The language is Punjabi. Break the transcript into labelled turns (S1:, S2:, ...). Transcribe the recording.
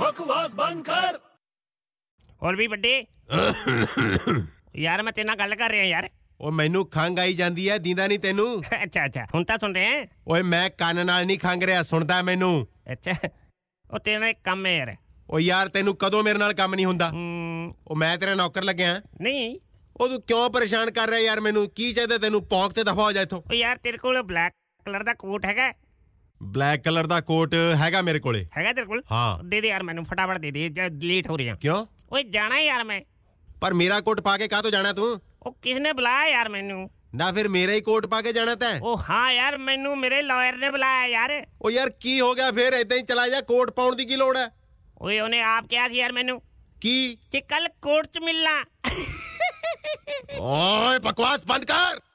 S1: ਬਕਵਾਸ ਬੰਦ ਕਰ
S2: ਹੋਰ ਵੀ ਵੱਡੇ ਯਾਰ ਮੈਂ ਤੇਰੇ ਨਾਲ ਗੱਲ ਕਰ ਰਿਹਾ ਯਾਰ
S3: ਓ ਮੈਨੂੰ ਖੰਗ ਆਈ ਜਾਂਦੀ ਐ ਦੀਂਦਾ ਨਹੀਂ ਤੈਨੂੰ
S2: ਅੱਛਾ ਅੱਛਾ ਹੁਣ ਤਾਂ ਸੁਣ ਰਿਹਾ ਹੈਂ?
S3: ਓਏ ਮੈਂ ਕੰਨ ਨਾਲ ਨਹੀਂ ਖੰਗ ਰਿਹਾ ਸੁਣਦਾ ਮੈਨੂੰ
S2: ਅੱਛਾ ਉਹ ਤੇਰੇ ਨਾਲ ਇੱਕ ਕੰਮ ਹੈ ਯਾਰ
S3: ਓ ਯਾਰ ਤੈਨੂੰ ਕਦੋਂ ਮੇਰੇ ਨਾਲ ਕੰਮ ਨਹੀਂ ਹੁੰਦਾ
S2: ਹਮ,
S3: ਓ ਮੈਂ ਤੇਰਾ ਨੌਕਰ ਲੱਗਿਆ
S2: ਨਹੀਂ
S3: ਓ ਤੂੰ ਕਿਉਂ ਪਰੇਸ਼ਾਨ ਕਰ ਰਿਹਾ ਯਾਰ ਮੈਨੂੰ ਕੀ ਚਾਹੀਦਾ ਤੈਨੂੰ ਪੌਂਕ ਤੇ ਦਫਾ ਹੋ ਜਾ ਇੱਥੋਂ
S2: ਉਹ ਯਾਰ ਤੇਰੇ ਕੋਲ ਬਲੈਕ ਕਲਰ ਦਾ ਕੋਟ ਹੈਗਾ
S3: ਬਲੈਕ ਕਲਰ ਦਾ ਕੋਟ ਹੈਗਾ ਮੇਰੇ ਕੋਲੇ
S2: ਹੈਗਾ ਤੇਰੇ ਕੋਲ
S3: ਹਾਂ।
S2: ਦੇ ਦੇ ਯਾਰ ਮੈਨੂੰ ਫਟਾਫਟ ਦੇ ਦੇ ਲੇਟ ਹੋ ਰਿਹਾ
S3: ਕਿਉਂ
S2: ਓਏ ਜਾਣਾ ਯਾਰ ਮੈਂ
S3: ਪਰ ਮੇਰਾ ਕੋਟ ਪਾ ਕੇ ਕਾਹ ਤੋਂ ਜਾਣਾ ਤੂੰ
S2: ਉਹ ਕਿਸ ਨੇ ਬੁਲਾਇਆ ਯਾਰ ਮੈਨੂੰ
S3: ਨਾ ਫਿਰ ਮੇਰਾ ਹੀ ਕੋਟ ਪਾ ਕੇ ਜਾਣਾ ਤੈਂ
S2: ਉਹ ਹਾਂ ਯਾਰ ਮੈਨੂੰ ਮੇਰੇ ਲਾਇਰ ਨੇ ਬੁਲਾਇਆ ਯਾਰ
S3: ਓ ਯਾਰ ਕੀ ਹੋ ਗਿਆ ਫਿਰ ਏਦਾਂ ਹੀ ਚਲਾ ਜਾ ਕੋਟ ਪਾਉਣ ਦੀ ਕੀ ਲੋੜ ਹੈ
S2: ਓਏ ਉਹਨੇ ਆਪ ਕਿਹਾ ਸੀ ਯਾਰ ਮੈਨੂੰ
S3: ਕੀ
S2: ਕਿ ਕੱਲ ਕੋਰਟ 'ਚ ਮਿਲਣਾ
S3: ਓਏ ਬਕਵਾਸ ਬੰਦ ਕਰ